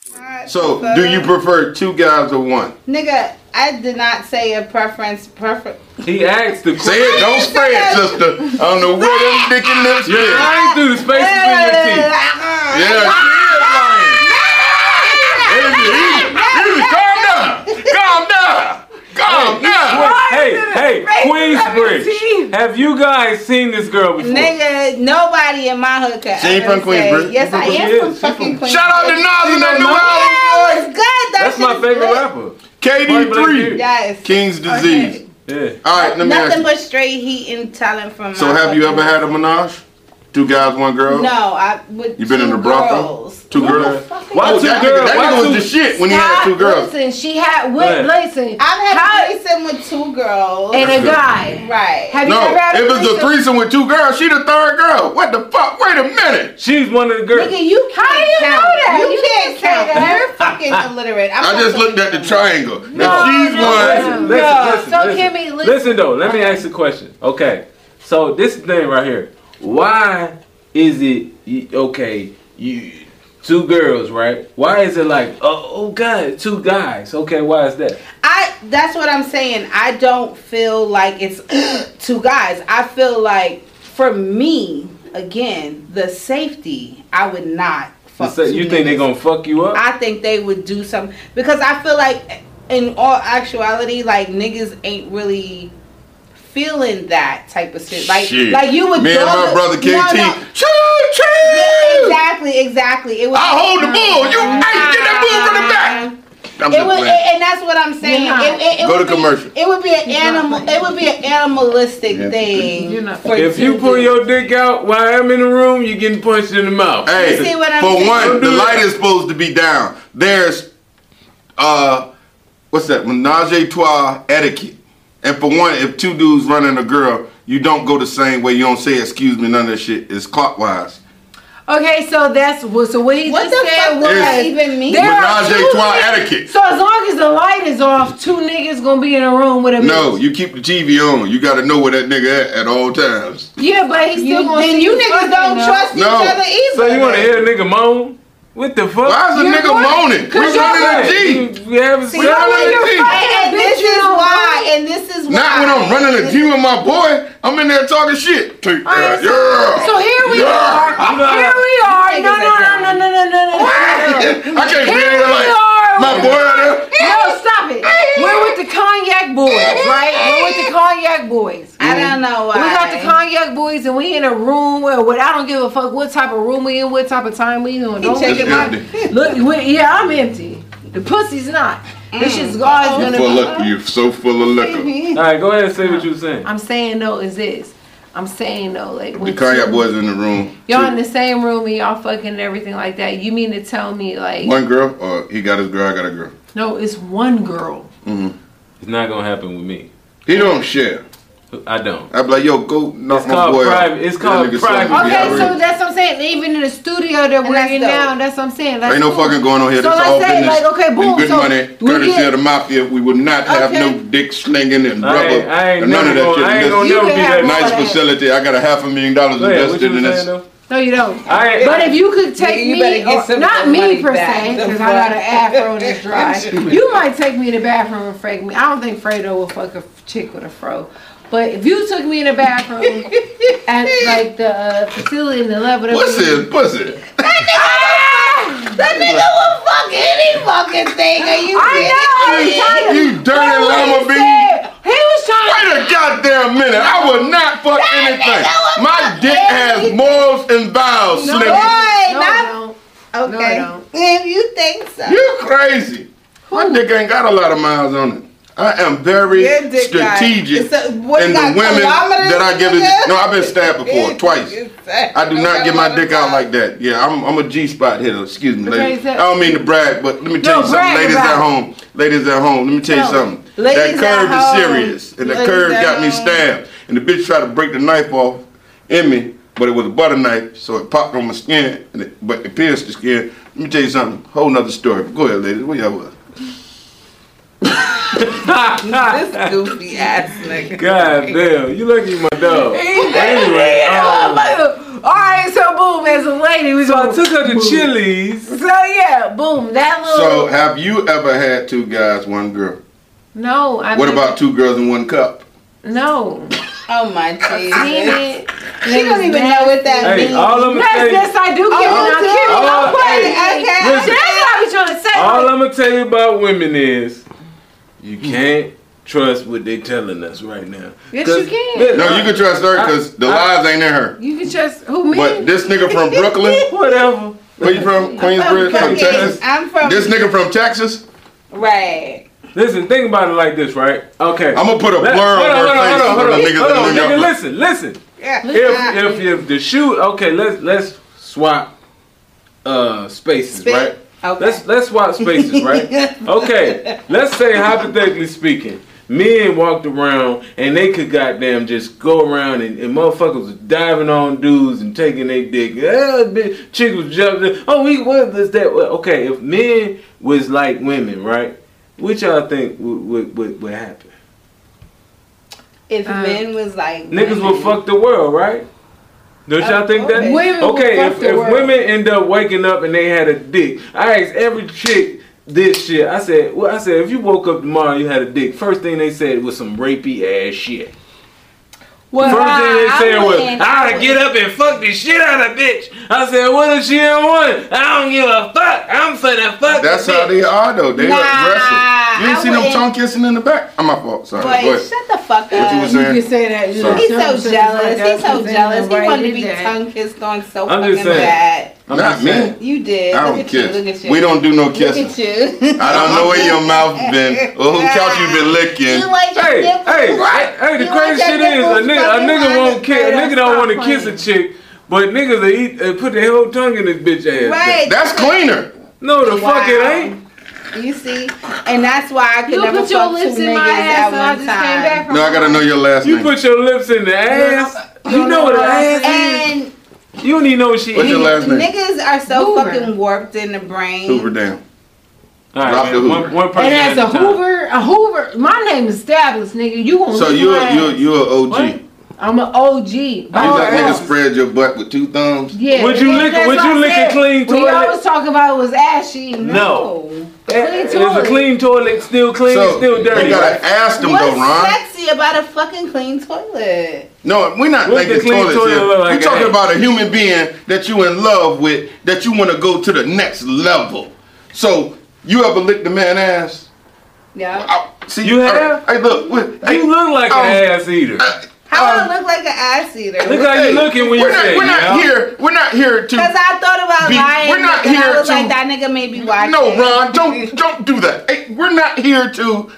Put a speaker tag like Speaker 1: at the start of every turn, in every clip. Speaker 1: fuck.
Speaker 2: So,
Speaker 1: Fuck.
Speaker 2: do you prefer two guys or one?
Speaker 1: Nigga, I did not say a preference. Prefer.
Speaker 3: He asked the
Speaker 2: Say it, don't spray it, sister. I don't know where them dick and lips
Speaker 3: Your
Speaker 2: is.
Speaker 3: eyes through the space between your teeth.
Speaker 2: Yeah, she is lying. Baby, you- you calm down. Calm down. Calm down.
Speaker 3: Hey,
Speaker 4: Eyes
Speaker 3: hey,
Speaker 4: through the space of your
Speaker 3: Queensbridge.
Speaker 4: teeth.
Speaker 3: Have you guys seen this girl before?
Speaker 1: Nigga, nobody in my hood could
Speaker 2: She ain't
Speaker 1: ever
Speaker 2: from
Speaker 1: say-
Speaker 2: Queensbridge.
Speaker 1: Yes, I
Speaker 3: She
Speaker 1: am
Speaker 3: is.
Speaker 1: from
Speaker 3: She
Speaker 1: fucking
Speaker 3: from-
Speaker 1: Queensbridge.
Speaker 2: Shout out to Nas and that new
Speaker 1: Yeah, it
Speaker 2: album,
Speaker 1: was good. That
Speaker 3: That's
Speaker 1: shit
Speaker 3: my
Speaker 1: was
Speaker 3: favorite
Speaker 1: good.
Speaker 3: rapper.
Speaker 2: KD3.
Speaker 1: Yes.
Speaker 2: King's disease.
Speaker 3: Yeah.
Speaker 2: All right, let me ask
Speaker 1: Nothing
Speaker 2: you.
Speaker 1: but straight heat and talent from
Speaker 2: So,
Speaker 1: my
Speaker 2: have you
Speaker 1: fucking-
Speaker 2: ever had a menage? Two guys, one girl.
Speaker 1: No, I would.
Speaker 2: You been in the brothel? Two girls.
Speaker 3: Why
Speaker 2: Oh,
Speaker 3: two
Speaker 2: that nigga,
Speaker 3: girls?
Speaker 2: that
Speaker 3: Why
Speaker 2: nigga
Speaker 3: two-
Speaker 2: was the shit when he had
Speaker 4: Stop.
Speaker 2: two girls.
Speaker 4: Listen, she had
Speaker 3: ahead.
Speaker 4: what? Listen,
Speaker 1: I've had
Speaker 4: How-
Speaker 1: a threesome with two girls.
Speaker 4: and a guy.
Speaker 1: right.
Speaker 4: Have you
Speaker 2: No,
Speaker 4: ever had a
Speaker 2: it was the
Speaker 4: threesome?
Speaker 2: threesome with two girls. She the third girl. What the fuck? Wait a minute.
Speaker 3: She's one of the girls.
Speaker 1: Nigga, you can't
Speaker 4: do you
Speaker 1: count.
Speaker 4: know that?
Speaker 1: You,
Speaker 4: You
Speaker 1: can't
Speaker 4: can't
Speaker 1: count.
Speaker 4: count.
Speaker 1: You're fucking illiterate. I'm
Speaker 2: I
Speaker 1: not
Speaker 2: just
Speaker 1: gonna
Speaker 2: looked at the
Speaker 1: do that.
Speaker 2: triangle.
Speaker 3: No,
Speaker 2: if she's
Speaker 4: no,
Speaker 2: one,
Speaker 4: no.
Speaker 3: Listen, listen, listen,
Speaker 4: So,
Speaker 3: listen.
Speaker 4: Kimmy, listen.
Speaker 3: though, let me ask you a question. Okay. So this thing right here. Why is it y- okay, you two girls, right? Why is it like oh, oh god, two guys. Okay, why is that?
Speaker 1: I. That's what I'm saying. I don't feel like it's two guys. I feel like for me, again, the safety. I would not fuck.
Speaker 3: So
Speaker 1: two
Speaker 3: you think they're
Speaker 1: niggas.
Speaker 3: gonna fuck you up?
Speaker 1: I think they would do some because I feel like in all actuality, like niggas ain't really feeling that type of shit. Like,
Speaker 2: Shit.
Speaker 1: like you would
Speaker 2: Me and
Speaker 1: go
Speaker 2: my
Speaker 1: to-
Speaker 2: brother KT.
Speaker 1: No, no.
Speaker 2: Choo choo.
Speaker 1: Yeah, exactly, exactly. It was.
Speaker 2: I hold the bull. You hey, get that bull from the back. I'm
Speaker 1: It
Speaker 2: just
Speaker 1: would,
Speaker 2: playing.
Speaker 1: and that's what I'm saying.
Speaker 4: You're not.
Speaker 1: It, it, it
Speaker 2: Go
Speaker 1: would
Speaker 2: to
Speaker 1: be-
Speaker 2: commercial.
Speaker 1: It would be an animal. It would be an animalistic
Speaker 2: Yeah.
Speaker 1: thing.
Speaker 4: You're not-
Speaker 1: for
Speaker 3: if you
Speaker 1: two
Speaker 3: pull your dick out while I'm in the room, you're getting punched in the mouth.
Speaker 2: hey,
Speaker 1: see what I'm
Speaker 2: for
Speaker 1: saying?
Speaker 2: one,
Speaker 3: Don't do
Speaker 2: the
Speaker 3: that.
Speaker 2: light is supposed to be down. There's uh, what's that? Menage a trois etiquette. And for one, if two dudes running a girl, you don't go the same way. You don't say excuse me, none of that shit. It's clockwise.
Speaker 4: Okay, so that's what. So what he
Speaker 1: What
Speaker 4: just
Speaker 1: the
Speaker 4: said
Speaker 1: fuck
Speaker 4: was
Speaker 1: would that
Speaker 2: Yes.
Speaker 1: even mean?
Speaker 4: there are
Speaker 2: Menage a
Speaker 4: two
Speaker 2: trois
Speaker 4: niggas-
Speaker 2: etiquette.
Speaker 4: So as long as the light is off, two niggas gonna be in a room with a
Speaker 2: No,
Speaker 4: bitch.
Speaker 2: you keep the TV on. You got to know where that nigga at at all times.
Speaker 4: Yeah, but he's still
Speaker 1: You-
Speaker 4: gonna.
Speaker 1: then
Speaker 4: see
Speaker 1: you
Speaker 4: you
Speaker 1: niggas
Speaker 4: fucking,
Speaker 1: don't
Speaker 4: though.
Speaker 1: trust
Speaker 2: No.
Speaker 1: each other either.
Speaker 3: So you wanna
Speaker 1: then.
Speaker 3: hear a nigga moan? What the fuck?
Speaker 2: Why is a
Speaker 4: You're
Speaker 2: nigga
Speaker 4: right.
Speaker 2: moaning?
Speaker 4: Cause
Speaker 2: We're
Speaker 4: you're
Speaker 2: running a
Speaker 4: right. Mm-hmm.
Speaker 2: G.
Speaker 3: You, you haven't
Speaker 1: See, that's
Speaker 2: why
Speaker 3: seen-
Speaker 2: you're Hey,
Speaker 4: You're fighting
Speaker 1: And
Speaker 4: a
Speaker 1: this
Speaker 4: bitch
Speaker 1: is
Speaker 4: in a
Speaker 1: why.
Speaker 4: room.
Speaker 1: And this is why.
Speaker 2: Not when I'm running a G with my boy. I'm in there talking shit. Take that. Yeah.
Speaker 4: So here we
Speaker 2: Yeah.
Speaker 4: are.
Speaker 3: I'm not-
Speaker 4: Here we are.
Speaker 1: You
Speaker 4: No,
Speaker 1: niggas
Speaker 4: no,
Speaker 1: are
Speaker 4: no, no,
Speaker 1: dumb.
Speaker 4: no, no, no, no, no.
Speaker 2: I can't
Speaker 4: Here
Speaker 2: be in there
Speaker 4: we
Speaker 2: like
Speaker 4: are.
Speaker 2: my boy out there.
Speaker 4: No, stop it. We're with the cognac boys, right? We're with the cognac boys.
Speaker 1: I don't know why.
Speaker 4: We got the cognac boys and we in a room where what I don't give a fuck what type of room we in, what type of time we in. Don't
Speaker 1: checking
Speaker 4: look,
Speaker 2: It's empty.
Speaker 4: look we, yeah, I'm empty. The pussy's not.
Speaker 1: Mm.
Speaker 4: This shit's God's
Speaker 2: You
Speaker 4: gonna
Speaker 2: full of you so full of liquor.
Speaker 3: All right, go ahead and say what you were saying.
Speaker 4: I'm saying though is this. I'm saying though, like
Speaker 2: The
Speaker 4: when
Speaker 2: cognac
Speaker 4: two-
Speaker 2: boys in the room.
Speaker 4: y'all
Speaker 2: Two-
Speaker 4: in the same room and y'all fucking and everything like that. You mean to tell me like
Speaker 2: One girl, or he got his girl, I got a girl.
Speaker 4: no, it's one girl.
Speaker 3: It's not gonna happen with me.
Speaker 2: He don't share.
Speaker 3: I don't.
Speaker 2: I'd be like, yo, go knock
Speaker 3: It's
Speaker 2: my
Speaker 3: called
Speaker 2: boy out.
Speaker 3: private- it's
Speaker 2: That
Speaker 3: called
Speaker 2: nigga
Speaker 3: private.
Speaker 2: sold me
Speaker 4: Okay,
Speaker 2: out.
Speaker 4: so that's what I'm saying. Even in the studio that we're
Speaker 1: that's
Speaker 4: in
Speaker 1: dope.
Speaker 4: now, that's what I'm saying. That's
Speaker 2: Ain't no
Speaker 4: cool.
Speaker 2: fucking going on here.
Speaker 4: So
Speaker 2: That's
Speaker 4: let's
Speaker 2: all
Speaker 4: say,
Speaker 2: business.
Speaker 4: like, okay, boom,
Speaker 2: And good
Speaker 4: so
Speaker 2: money,
Speaker 4: we
Speaker 2: courtesy
Speaker 4: get-
Speaker 2: of the mafia. We would not have no
Speaker 1: Okay.
Speaker 2: dick slinging and
Speaker 3: I
Speaker 2: rubber
Speaker 3: ain't, I ain't
Speaker 2: and none
Speaker 3: never
Speaker 2: of that
Speaker 3: gonna,
Speaker 2: shit.
Speaker 3: I ain't
Speaker 2: This
Speaker 3: gonna
Speaker 4: You
Speaker 3: never be
Speaker 4: can
Speaker 3: that
Speaker 4: have
Speaker 3: nice.
Speaker 2: nice
Speaker 4: that.
Speaker 2: facility. I got a half a million dollars
Speaker 3: Go ahead, what you
Speaker 2: invested
Speaker 3: were
Speaker 2: in
Speaker 3: saying
Speaker 2: this.
Speaker 3: though?
Speaker 4: No, you don't.
Speaker 3: I ain't-
Speaker 4: but if you could take
Speaker 1: You better
Speaker 4: me,
Speaker 1: get
Speaker 4: or-
Speaker 1: some of
Speaker 4: not
Speaker 1: that money
Speaker 4: me per
Speaker 1: back,
Speaker 4: se,
Speaker 1: the
Speaker 4: because I got an
Speaker 1: fuck.
Speaker 4: afro that's dry. you might take me in the bathroom and freak me. I don't think Fredo will fuck a chick with a fro. But if you took me in the bathroom at like the uh, facility in the level, that
Speaker 2: What's
Speaker 4: we-
Speaker 2: this? Pussy.
Speaker 1: That nigga will fuck any fucking thing. Are you kidding
Speaker 4: I know. I'm
Speaker 1: me?
Speaker 4: trying to-
Speaker 2: You dirty
Speaker 4: What he
Speaker 2: llama bee.
Speaker 4: said, He was trying.
Speaker 2: Wait a goddamn minute. I will not fuck anything.
Speaker 1: nigga will
Speaker 2: My
Speaker 1: fuck
Speaker 2: dick has
Speaker 1: anything.
Speaker 2: morals and vows,
Speaker 4: No,
Speaker 2: Slinky.
Speaker 1: Boy,
Speaker 4: No,
Speaker 1: not-
Speaker 4: don't. No, I
Speaker 1: Okay.
Speaker 4: don't.
Speaker 1: if you think so.
Speaker 2: You crazy. My dick ain't got a lot of miles on it. I am very
Speaker 1: Your dick got-
Speaker 2: strategic
Speaker 1: So, what,
Speaker 2: in
Speaker 1: you
Speaker 2: the
Speaker 1: got
Speaker 2: women
Speaker 1: kilometers,
Speaker 2: that I give it.
Speaker 1: nigga?
Speaker 2: No, I've been stabbed before, twice. I do not get my dick out like that. Yeah, I'm, I'm a G spot hitter. Excuse me,
Speaker 4: Okay,
Speaker 2: ladies. I
Speaker 4: that-
Speaker 2: don't mean to brag, but let me tell
Speaker 4: No,
Speaker 2: you something,
Speaker 4: brag
Speaker 2: ladies
Speaker 4: about
Speaker 2: at
Speaker 4: it.
Speaker 2: home. Ladies at home, let me tell you
Speaker 4: No,
Speaker 2: something. That
Speaker 1: ladies
Speaker 2: curve
Speaker 1: at
Speaker 2: is
Speaker 1: home.
Speaker 2: serious, and that
Speaker 1: Ladies
Speaker 2: curve
Speaker 1: at
Speaker 2: got me
Speaker 1: home.
Speaker 2: stabbed. And the bitch tried to break the knife off in me, but it was a butter knife, so it popped on my skin, and it, but it pierced the skin. Let me tell you something. Whole nother story. Go ahead, ladies. Where y'all was?
Speaker 1: This goofy ass nigga.
Speaker 3: God damn, you lucky my dog.
Speaker 4: He said,
Speaker 3: Anyway,
Speaker 4: "Yeah,
Speaker 3: um,
Speaker 4: mother- All right, so boom, as a lady, we
Speaker 3: So I took her to Chili's.
Speaker 4: So yeah, boom. That
Speaker 2: So
Speaker 1: Oh.
Speaker 4: little.
Speaker 2: have you ever had two guys, one girl?
Speaker 4: no, I.
Speaker 2: What
Speaker 4: mean-
Speaker 2: about two girls in one cup?
Speaker 4: No.
Speaker 1: Oh my
Speaker 4: Seen
Speaker 1: Jesus.
Speaker 4: it.
Speaker 1: She don't even know what that
Speaker 3: Hey,
Speaker 1: means.
Speaker 3: all I'm
Speaker 4: Yes,
Speaker 3: gonna
Speaker 4: yes,
Speaker 3: say,
Speaker 4: I do get
Speaker 1: Oh, you
Speaker 4: it.
Speaker 1: do?
Speaker 4: I'm
Speaker 3: Oh,
Speaker 4: kidding.
Speaker 1: hey,
Speaker 4: I'm
Speaker 1: okay.
Speaker 4: kidding. That's what I be trying to say.
Speaker 3: all I'm gonna tell you about women is you can't trust what they telling us right now.
Speaker 4: Yes, you
Speaker 3: 'Cause-
Speaker 4: can.
Speaker 3: Yeah,
Speaker 2: No, you can trust her
Speaker 1: Uh,
Speaker 2: because the
Speaker 3: I-
Speaker 2: lies ain't in her.
Speaker 4: you can just who me?
Speaker 2: But this nigga from Brooklyn,
Speaker 3: Whatever.
Speaker 2: where you from? Queensbridge,
Speaker 1: Fucking-
Speaker 2: from Texas.
Speaker 1: I'm from
Speaker 2: This nigga from Texas.
Speaker 1: right.
Speaker 3: Listen, think about it like this, right? Okay.
Speaker 2: I'm gonna put a blur
Speaker 3: Let- hold
Speaker 2: on
Speaker 3: on, hold on, hold on, hold
Speaker 2: her
Speaker 3: on,
Speaker 2: face.
Speaker 3: hold on,
Speaker 2: nigga,
Speaker 3: nigga. Listen, listen.
Speaker 1: Yeah.
Speaker 3: If if if the shoe, okay, let's let's swap uh spaces,
Speaker 1: Spit.
Speaker 3: right?
Speaker 1: Okay.
Speaker 3: Let's let's swap spaces, right? okay. Let's say hypothetically speaking, men walked around and they could goddamn just go around and, and motherfuckers was diving on dudes and taking their dick. Ah, bitch, chick was jumping. Oh, we what is that? Well, Okay, if men was like women, right? Which y'all think would would, would, would happen?
Speaker 1: if
Speaker 4: Uh,
Speaker 1: men was like
Speaker 3: Niggas will fuck the world, right? Don't y'all think that?
Speaker 1: Okay.
Speaker 4: Women will
Speaker 3: okay,
Speaker 4: fuck
Speaker 3: if,
Speaker 4: the
Speaker 3: if
Speaker 4: world.
Speaker 3: women end up waking up and they had a dick, I asked every chick this shit. I said, well, I said, if you woke up tomorrow and you had a dick, first thing they said was some rapey ass shit.
Speaker 4: well,
Speaker 3: first thing they
Speaker 4: I- I
Speaker 3: said was,
Speaker 4: wouldn't.
Speaker 2: "Ah,
Speaker 3: I gotta get up and fuck the shit out of bitch. I said, what if she don't want? it? I don't give a fuck. I'm finna fuck
Speaker 2: That's
Speaker 3: the
Speaker 2: how
Speaker 3: bitch.
Speaker 2: they are though. They
Speaker 1: Nah,
Speaker 2: aggressive. You ain't
Speaker 1: I
Speaker 2: see them
Speaker 1: wouldn't-
Speaker 2: tongue kissing in the back. I'm my fault. Sorry.
Speaker 1: But
Speaker 2: Go ahead.
Speaker 1: shut the fuck
Speaker 2: What you
Speaker 1: up.
Speaker 2: was saying?
Speaker 4: You can say that. You know,
Speaker 1: He's
Speaker 4: some
Speaker 1: so
Speaker 4: shit
Speaker 1: jealous.
Speaker 4: like that,
Speaker 1: He's so
Speaker 4: because
Speaker 1: jealous. He
Speaker 4: nobody
Speaker 1: wanted to
Speaker 4: did
Speaker 1: be
Speaker 4: that.
Speaker 1: tongue kissed on so
Speaker 3: I'm
Speaker 1: fucking
Speaker 3: just saying.
Speaker 1: bad.
Speaker 3: I'm
Speaker 2: Not
Speaker 3: just saying.
Speaker 2: me.
Speaker 1: You did.
Speaker 2: I
Speaker 1: look
Speaker 2: don't
Speaker 1: at you. Look
Speaker 2: kiss.
Speaker 1: at you.
Speaker 2: We don't do no
Speaker 1: Look
Speaker 2: kissing.
Speaker 1: at you.
Speaker 2: I don't know where your mouth been or who couch you been
Speaker 1: You
Speaker 2: licking.
Speaker 1: like your
Speaker 3: Hey,
Speaker 1: nipples?
Speaker 3: hey, hey, the
Speaker 1: You
Speaker 3: crazy
Speaker 1: like
Speaker 3: shit
Speaker 1: your
Speaker 3: is a
Speaker 1: nipples
Speaker 3: nigga, a
Speaker 1: fucking
Speaker 3: nigga
Speaker 1: lined
Speaker 3: won't
Speaker 1: up
Speaker 3: kiss, a
Speaker 1: right
Speaker 3: nigga
Speaker 1: up.
Speaker 3: don't
Speaker 4: Stop
Speaker 3: want to kiss a
Speaker 4: playing.
Speaker 3: chick, but niggas they eat, they put their whole tongue in this bitch ass.
Speaker 1: Right.
Speaker 2: That's cleaner.
Speaker 3: No, the fuck it
Speaker 1: Wow.
Speaker 3: ain't.
Speaker 1: You see, and that's why I could
Speaker 4: You
Speaker 1: never
Speaker 4: put your
Speaker 1: fuck
Speaker 4: lips
Speaker 1: two
Speaker 4: in my
Speaker 1: niggas
Speaker 4: ass,
Speaker 1: at
Speaker 4: and I
Speaker 1: one
Speaker 4: just came
Speaker 1: time.
Speaker 4: back from.
Speaker 2: No, I gotta know your last
Speaker 3: You
Speaker 2: name.
Speaker 3: put your lips in the ass. You know what an ass
Speaker 1: And
Speaker 3: is. You don't even know what she
Speaker 2: What's
Speaker 3: eat.
Speaker 2: your
Speaker 3: All
Speaker 2: last name?
Speaker 1: niggas are so
Speaker 4: Hoover.
Speaker 1: fucking warped in the brain.
Speaker 2: Hoover down. Drop the
Speaker 3: right, man,
Speaker 2: Hoover.
Speaker 3: one, one person
Speaker 4: And as
Speaker 3: at
Speaker 4: a
Speaker 3: time.
Speaker 4: Hoover, a Hoover, my name is established, nigga. You gonna
Speaker 2: So
Speaker 4: lick
Speaker 2: you
Speaker 4: my
Speaker 2: a, you a,
Speaker 4: ass.
Speaker 2: you a OG.
Speaker 3: What?
Speaker 2: You
Speaker 4: I'm an OG. by
Speaker 1: Oh,
Speaker 2: let
Speaker 4: far.
Speaker 2: niggas spread your butt with two thumbs.
Speaker 4: Yeah.
Speaker 3: Would you
Speaker 4: yeah,
Speaker 3: lick-
Speaker 4: that's
Speaker 3: would
Speaker 4: what
Speaker 3: you
Speaker 4: I
Speaker 3: lick a
Speaker 4: said.
Speaker 3: clean
Speaker 4: We
Speaker 3: toilet?
Speaker 4: always talk about it was ashy.
Speaker 3: No.
Speaker 4: Clean
Speaker 3: It's a
Speaker 4: toilet.
Speaker 3: clean toilet, still clean,
Speaker 2: So
Speaker 3: still dirty.
Speaker 2: you
Speaker 3: right?
Speaker 2: gotta ask them
Speaker 1: What's
Speaker 2: though, Ron.
Speaker 1: sexy about a fucking clean toilet?
Speaker 2: No, we're not
Speaker 3: What's the
Speaker 2: making
Speaker 3: clean
Speaker 2: toilets
Speaker 3: toilet
Speaker 2: here.
Speaker 3: look like eh?
Speaker 2: we're talking
Speaker 3: that?
Speaker 2: about a human being that you in love with, that you want to go to the next level. So you ever licked the man ass?
Speaker 1: Yeah.
Speaker 2: I, see,
Speaker 3: You have?
Speaker 2: I- Hey, look, we- hey,
Speaker 3: You look like
Speaker 2: um,
Speaker 3: an ass eater.
Speaker 1: How
Speaker 2: um,
Speaker 1: I look like an ass eater?
Speaker 3: Look how you looking when you
Speaker 2: we're not,
Speaker 3: say
Speaker 2: we're not
Speaker 3: yeah.
Speaker 2: here. We're not here to.
Speaker 1: Cause I thought about
Speaker 2: Be-
Speaker 1: lying.
Speaker 2: we're not
Speaker 1: and
Speaker 2: here
Speaker 1: I was
Speaker 2: to-
Speaker 1: like, that nigga may be watching.
Speaker 2: no, Ron, don't don't do that. Hey, we're not here to.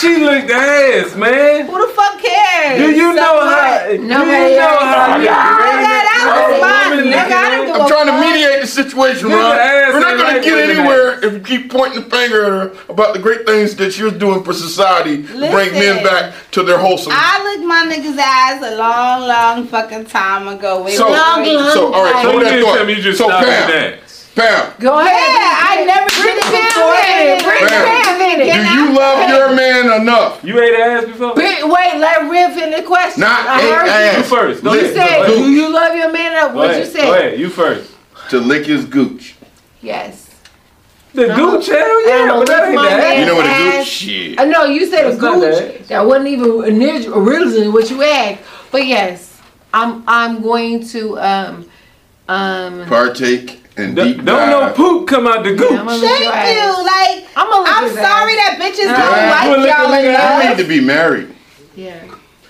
Speaker 3: She licked the ass, man.
Speaker 1: Who the fuck cares?
Speaker 3: Do you
Speaker 1: So
Speaker 3: know
Speaker 1: what?
Speaker 3: how? Do you know
Speaker 4: Nobody else.
Speaker 3: how? you-
Speaker 4: Oh,
Speaker 1: Yeah, that was
Speaker 3: Right,
Speaker 1: fun,
Speaker 3: woman
Speaker 1: nigga. I
Speaker 3: lick
Speaker 1: don't
Speaker 3: it.
Speaker 1: give
Speaker 2: I'm
Speaker 1: a
Speaker 2: trying to
Speaker 1: fuck.
Speaker 2: mediate the situation,
Speaker 3: Your
Speaker 2: Ron.
Speaker 3: ass
Speaker 2: We're not going
Speaker 3: ain't
Speaker 2: to
Speaker 3: like
Speaker 2: get
Speaker 3: women
Speaker 2: anywhere if you keep pointing the finger at her about the great things that you're doing for society to bring men
Speaker 1: Listen.
Speaker 2: back to their wholesome.
Speaker 1: I licked my niggas' ass a long, long fucking time ago. Way
Speaker 2: So,
Speaker 1: long, long
Speaker 2: so all right,
Speaker 1: time.
Speaker 3: So
Speaker 2: hold
Speaker 3: you
Speaker 2: that
Speaker 3: didn't
Speaker 2: thought.
Speaker 3: tell me you just
Speaker 2: so
Speaker 3: stopped
Speaker 2: Pam,
Speaker 3: at that.
Speaker 2: Pam,
Speaker 4: Go
Speaker 1: Yeah,
Speaker 4: ahead.
Speaker 1: I never
Speaker 4: Bring
Speaker 1: did
Speaker 4: it
Speaker 1: it
Speaker 4: down in it.
Speaker 1: before.
Speaker 4: Bring it down in it.
Speaker 1: Can
Speaker 2: do
Speaker 1: I-
Speaker 2: you love your man enough?
Speaker 3: You ate ass before?
Speaker 4: Wait, wait, let Riff in the question.
Speaker 2: Not
Speaker 4: I
Speaker 2: eight
Speaker 4: heard
Speaker 2: ass.
Speaker 3: You first. Go
Speaker 4: you. You
Speaker 2: Listen,
Speaker 4: said,
Speaker 2: dude.
Speaker 4: do you love your man up?
Speaker 3: Go
Speaker 4: What
Speaker 3: ahead.
Speaker 4: you
Speaker 3: Go
Speaker 4: said?
Speaker 3: ahead. You first.
Speaker 2: To lick his gooch.
Speaker 4: Yes.
Speaker 3: The gooch hell
Speaker 4: I'm
Speaker 3: yeah,
Speaker 4: a
Speaker 3: but that
Speaker 4: lick
Speaker 3: ain't
Speaker 4: my
Speaker 3: that.
Speaker 2: You know what a
Speaker 4: Ass.
Speaker 2: gooch? Shit.
Speaker 4: I know you said a
Speaker 3: That's not
Speaker 4: gooch.
Speaker 3: bad.
Speaker 4: That wasn't even orig- originally what you asked. But yes, I'm I'm going to um um
Speaker 2: Partake and
Speaker 3: D-
Speaker 2: deep
Speaker 3: don't no
Speaker 2: dive.
Speaker 3: poop come out the
Speaker 4: I'm gonna
Speaker 3: gooch.
Speaker 4: lick your
Speaker 1: Thank
Speaker 4: ass.
Speaker 1: you. Like,
Speaker 4: I'm gonna lick
Speaker 1: I'm
Speaker 4: his
Speaker 1: sorry
Speaker 4: ass.
Speaker 1: that bitches
Speaker 3: Yeah.
Speaker 1: don't
Speaker 3: Look
Speaker 1: like
Speaker 3: at
Speaker 1: y'all
Speaker 3: the nigga
Speaker 2: I
Speaker 1: enough.
Speaker 2: need to be married.
Speaker 4: Yeah.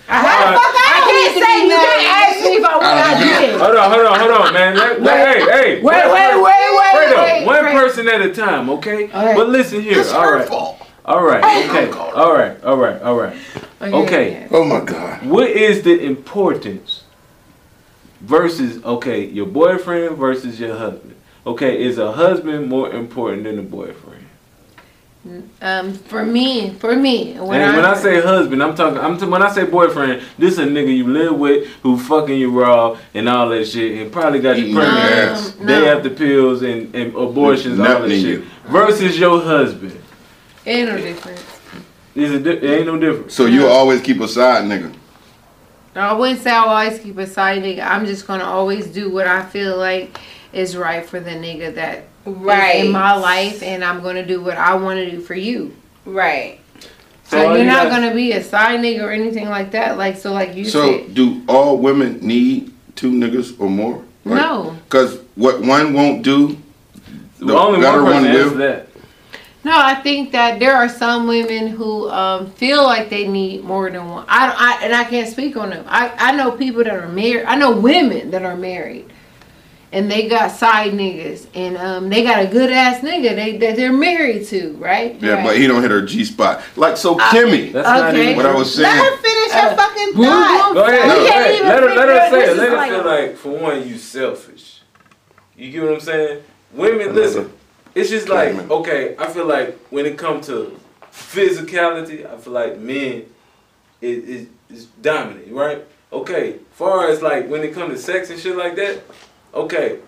Speaker 1: Why the
Speaker 3: Alright.
Speaker 1: fuck I
Speaker 4: I
Speaker 1: can't
Speaker 4: can't say you didn't
Speaker 1: say
Speaker 4: ask me if I would. I did.
Speaker 3: Hold on, hold on, hold on, man. Let- let- hey, hey.
Speaker 4: Wait, wait, wait, wait,
Speaker 3: Fredo,
Speaker 4: wait.
Speaker 3: one
Speaker 4: Fredo.
Speaker 3: person at a time, okay?
Speaker 4: Alright.
Speaker 3: But listen here.
Speaker 2: It's
Speaker 3: All
Speaker 2: her
Speaker 3: right.
Speaker 2: fault.
Speaker 3: All right. Okay. All right. All right. All right. Okay.
Speaker 4: yeah.
Speaker 2: Oh my God.
Speaker 3: What is the importance versus okay, your boyfriend versus your husband? Okay, is a husband more important than a boyfriend?
Speaker 4: Um, for me, for me, when,
Speaker 3: and
Speaker 4: I,
Speaker 3: when I say husband, I'm talking. I'm t- when I say boyfriend, this a nigga you live with who fucking you raw and all that shit, and probably got you
Speaker 2: Eating your
Speaker 3: pregnant
Speaker 2: ass.
Speaker 4: No,
Speaker 3: day
Speaker 4: no.
Speaker 3: after pills and, and abortions, all that
Speaker 2: Nothing
Speaker 3: shit.
Speaker 2: you.
Speaker 3: Versus your husband,
Speaker 4: ain't no difference.
Speaker 3: is it? Di- it ain't no difference.
Speaker 2: So you always keep a side nigga.
Speaker 4: No, I wouldn't say I will always keep a side nigga. I'm just gonna always do what I feel like is right for the nigga that is
Speaker 1: Right.
Speaker 4: in my life, and I'm gonna do what I want to do for you.
Speaker 1: Right.
Speaker 4: So,
Speaker 3: all
Speaker 4: you're
Speaker 3: you
Speaker 4: not
Speaker 3: got-
Speaker 4: gonna be a side nigga or anything like that. Like so, like you
Speaker 2: So,
Speaker 4: said,
Speaker 2: do all women need two niggas or more?
Speaker 4: No.
Speaker 2: Because what one won't do, the
Speaker 3: only
Speaker 2: better
Speaker 3: one
Speaker 2: one
Speaker 3: person
Speaker 2: will.
Speaker 3: answered that.
Speaker 4: No, I think that there are some women who um, feel like they need more than one. I, I and I can't speak on them. I, I know people that are married. I know women that are married, and they got side niggas, and um, they got a good ass nigga they that they're married to, right?
Speaker 2: yeah, but he don't hit her G spot. Like, so Kimmy,
Speaker 3: That's not
Speaker 4: Okay.
Speaker 3: even
Speaker 2: what I was
Speaker 1: Let
Speaker 2: saying.
Speaker 1: her finish her fucking
Speaker 4: Google?
Speaker 1: thought.
Speaker 3: Uh, Go ahead.
Speaker 4: We
Speaker 3: go
Speaker 4: can't
Speaker 3: ahead.
Speaker 4: even
Speaker 3: Let her, let her say
Speaker 4: figure it.
Speaker 3: it. Let
Speaker 4: This is
Speaker 3: her
Speaker 4: like-
Speaker 3: feel like, for one, you selfish. You get what I'm saying? Women, listen. It's just like
Speaker 2: Women.
Speaker 3: okay. I feel like when it comes to physicality, I feel like men is, is is dominant, right? Okay. Far as like when it comes to sex and shit like that, okay.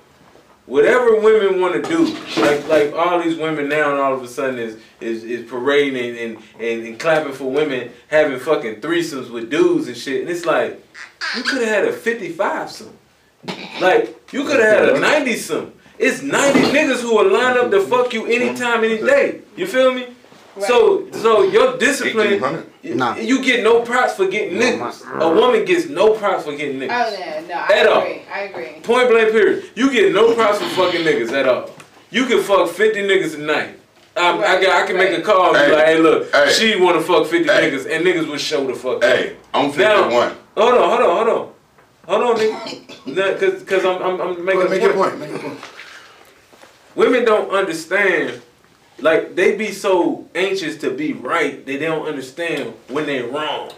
Speaker 3: Whatever women want to do, like like all these women now, and all of a sudden is is, is parading and, and, and clapping for women having fucking threesomes with dudes and shit, and it's like you could have had a 55 some. Like, you could have had a 90 some. It's 90 niggas who will line up to fuck you anytime, any day. You feel me? So, so your discipline,
Speaker 2: 1800?
Speaker 3: you,
Speaker 5: Nah.
Speaker 3: you get no props for getting niggas. A woman gets no props for getting niggas.
Speaker 1: Oh yeah, no, I
Speaker 3: At all.
Speaker 1: agree. I agree.
Speaker 3: Point blank period. You get no props for fucking niggas at all. You can fuck 50 niggas a night. Um, I, can, I can make a call and
Speaker 2: Hey.
Speaker 3: be like, hey, look,
Speaker 2: Hey.
Speaker 3: she want to fuck 50
Speaker 2: Hey.
Speaker 3: niggas, and niggas would show the fuck up.
Speaker 2: Hey, I'm 51.
Speaker 3: Hold on, hold on, hold on. Hold on, nigga. Nah, cause, cause I'm, I'm, I'm making a
Speaker 2: Make your
Speaker 3: point.
Speaker 2: point. Make your point.
Speaker 3: Women don't understand. Like they be so anxious to be right that they don't understand when they wrong.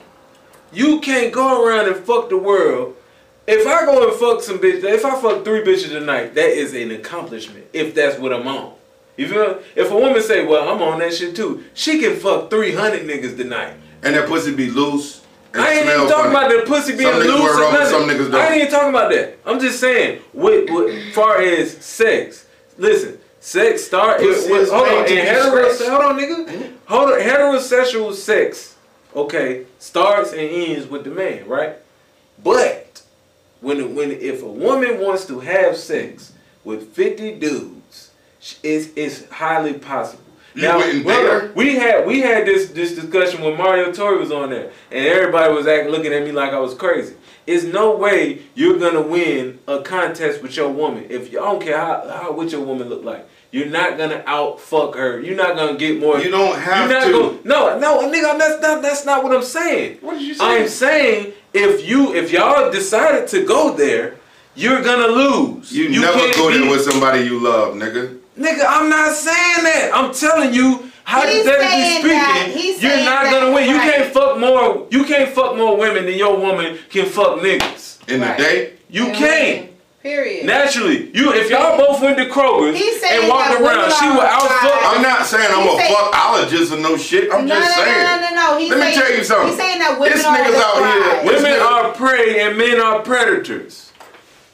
Speaker 3: You can't go around and fuck the world. If I go and fuck some bitch, if I fuck three bitches tonight, that is an accomplishment. If that's what I'm on. You feel? If a woman say, "Well, I'm on that shit too," she can fuck 300 niggas tonight.
Speaker 2: And that pussy be loose. And
Speaker 3: I ain't
Speaker 2: smell
Speaker 3: even talking
Speaker 2: funny.
Speaker 3: about the pussy being
Speaker 2: Some niggas
Speaker 3: loose
Speaker 2: wear
Speaker 3: or
Speaker 2: rubber,
Speaker 3: nothing.
Speaker 2: some niggas don't.
Speaker 3: I ain't even talking about that. I'm just saying, with, with far as sex, listen, sex start is
Speaker 2: Pussy
Speaker 3: with,
Speaker 2: is
Speaker 3: hold on,
Speaker 2: made
Speaker 3: and
Speaker 2: to be
Speaker 3: heterosexual,
Speaker 2: scratched.
Speaker 3: hold on, nigga, hold on, heterosexual sex, okay, starts and ends with the man, right? But when when if a woman wants to have sex with 50 dudes, sh- it's it's highly possible.
Speaker 2: You wouldn't
Speaker 3: hold
Speaker 2: dare?
Speaker 3: on. We had we had this this discussion when Mario Torre was on there, and everybody was act, looking at me like I was crazy. It's no way you're gonna win a contest with your woman if you I don't care how, how what your woman look like. You're not gonna out fuck her. You're not gonna get more.
Speaker 2: You don't have
Speaker 3: you're not
Speaker 2: to.
Speaker 3: Gonna, no, no, nigga, that's not that's not what I'm saying.
Speaker 5: What did you say?
Speaker 3: I'm saying if you if y'all decided to go there, you're gonna lose.
Speaker 2: You, never
Speaker 3: can't
Speaker 2: go there
Speaker 3: be-
Speaker 2: with somebody you love, nigga.
Speaker 3: Nigga, I'm not saying that. I'm telling you,
Speaker 1: saying
Speaker 3: hypothetically
Speaker 1: that. He's
Speaker 3: speaking, you're
Speaker 1: saying
Speaker 3: not
Speaker 1: that,
Speaker 3: gonna win. You
Speaker 1: right.
Speaker 3: can't fuck more. You can't fuck more women than your woman can fuck niggas.
Speaker 2: In
Speaker 1: Right.
Speaker 2: the day,
Speaker 3: You can't.
Speaker 1: Period.
Speaker 3: Naturally, you if y'all both went to Kroger's
Speaker 1: He's saying
Speaker 3: and walked
Speaker 1: that women
Speaker 3: around, she
Speaker 1: are
Speaker 3: would outfuck.
Speaker 2: I'm not saying I'm
Speaker 1: He
Speaker 2: a
Speaker 1: say-
Speaker 2: fuckologist or no shit. I'm
Speaker 1: no, no,
Speaker 2: just saying.
Speaker 1: no, no, no, no. He's
Speaker 2: Let me
Speaker 1: saying,
Speaker 2: tell you something.
Speaker 1: He's saying that women
Speaker 2: This
Speaker 1: are the
Speaker 2: nigga's out here
Speaker 1: prize.
Speaker 2: with-
Speaker 3: Women are prey and men are predators.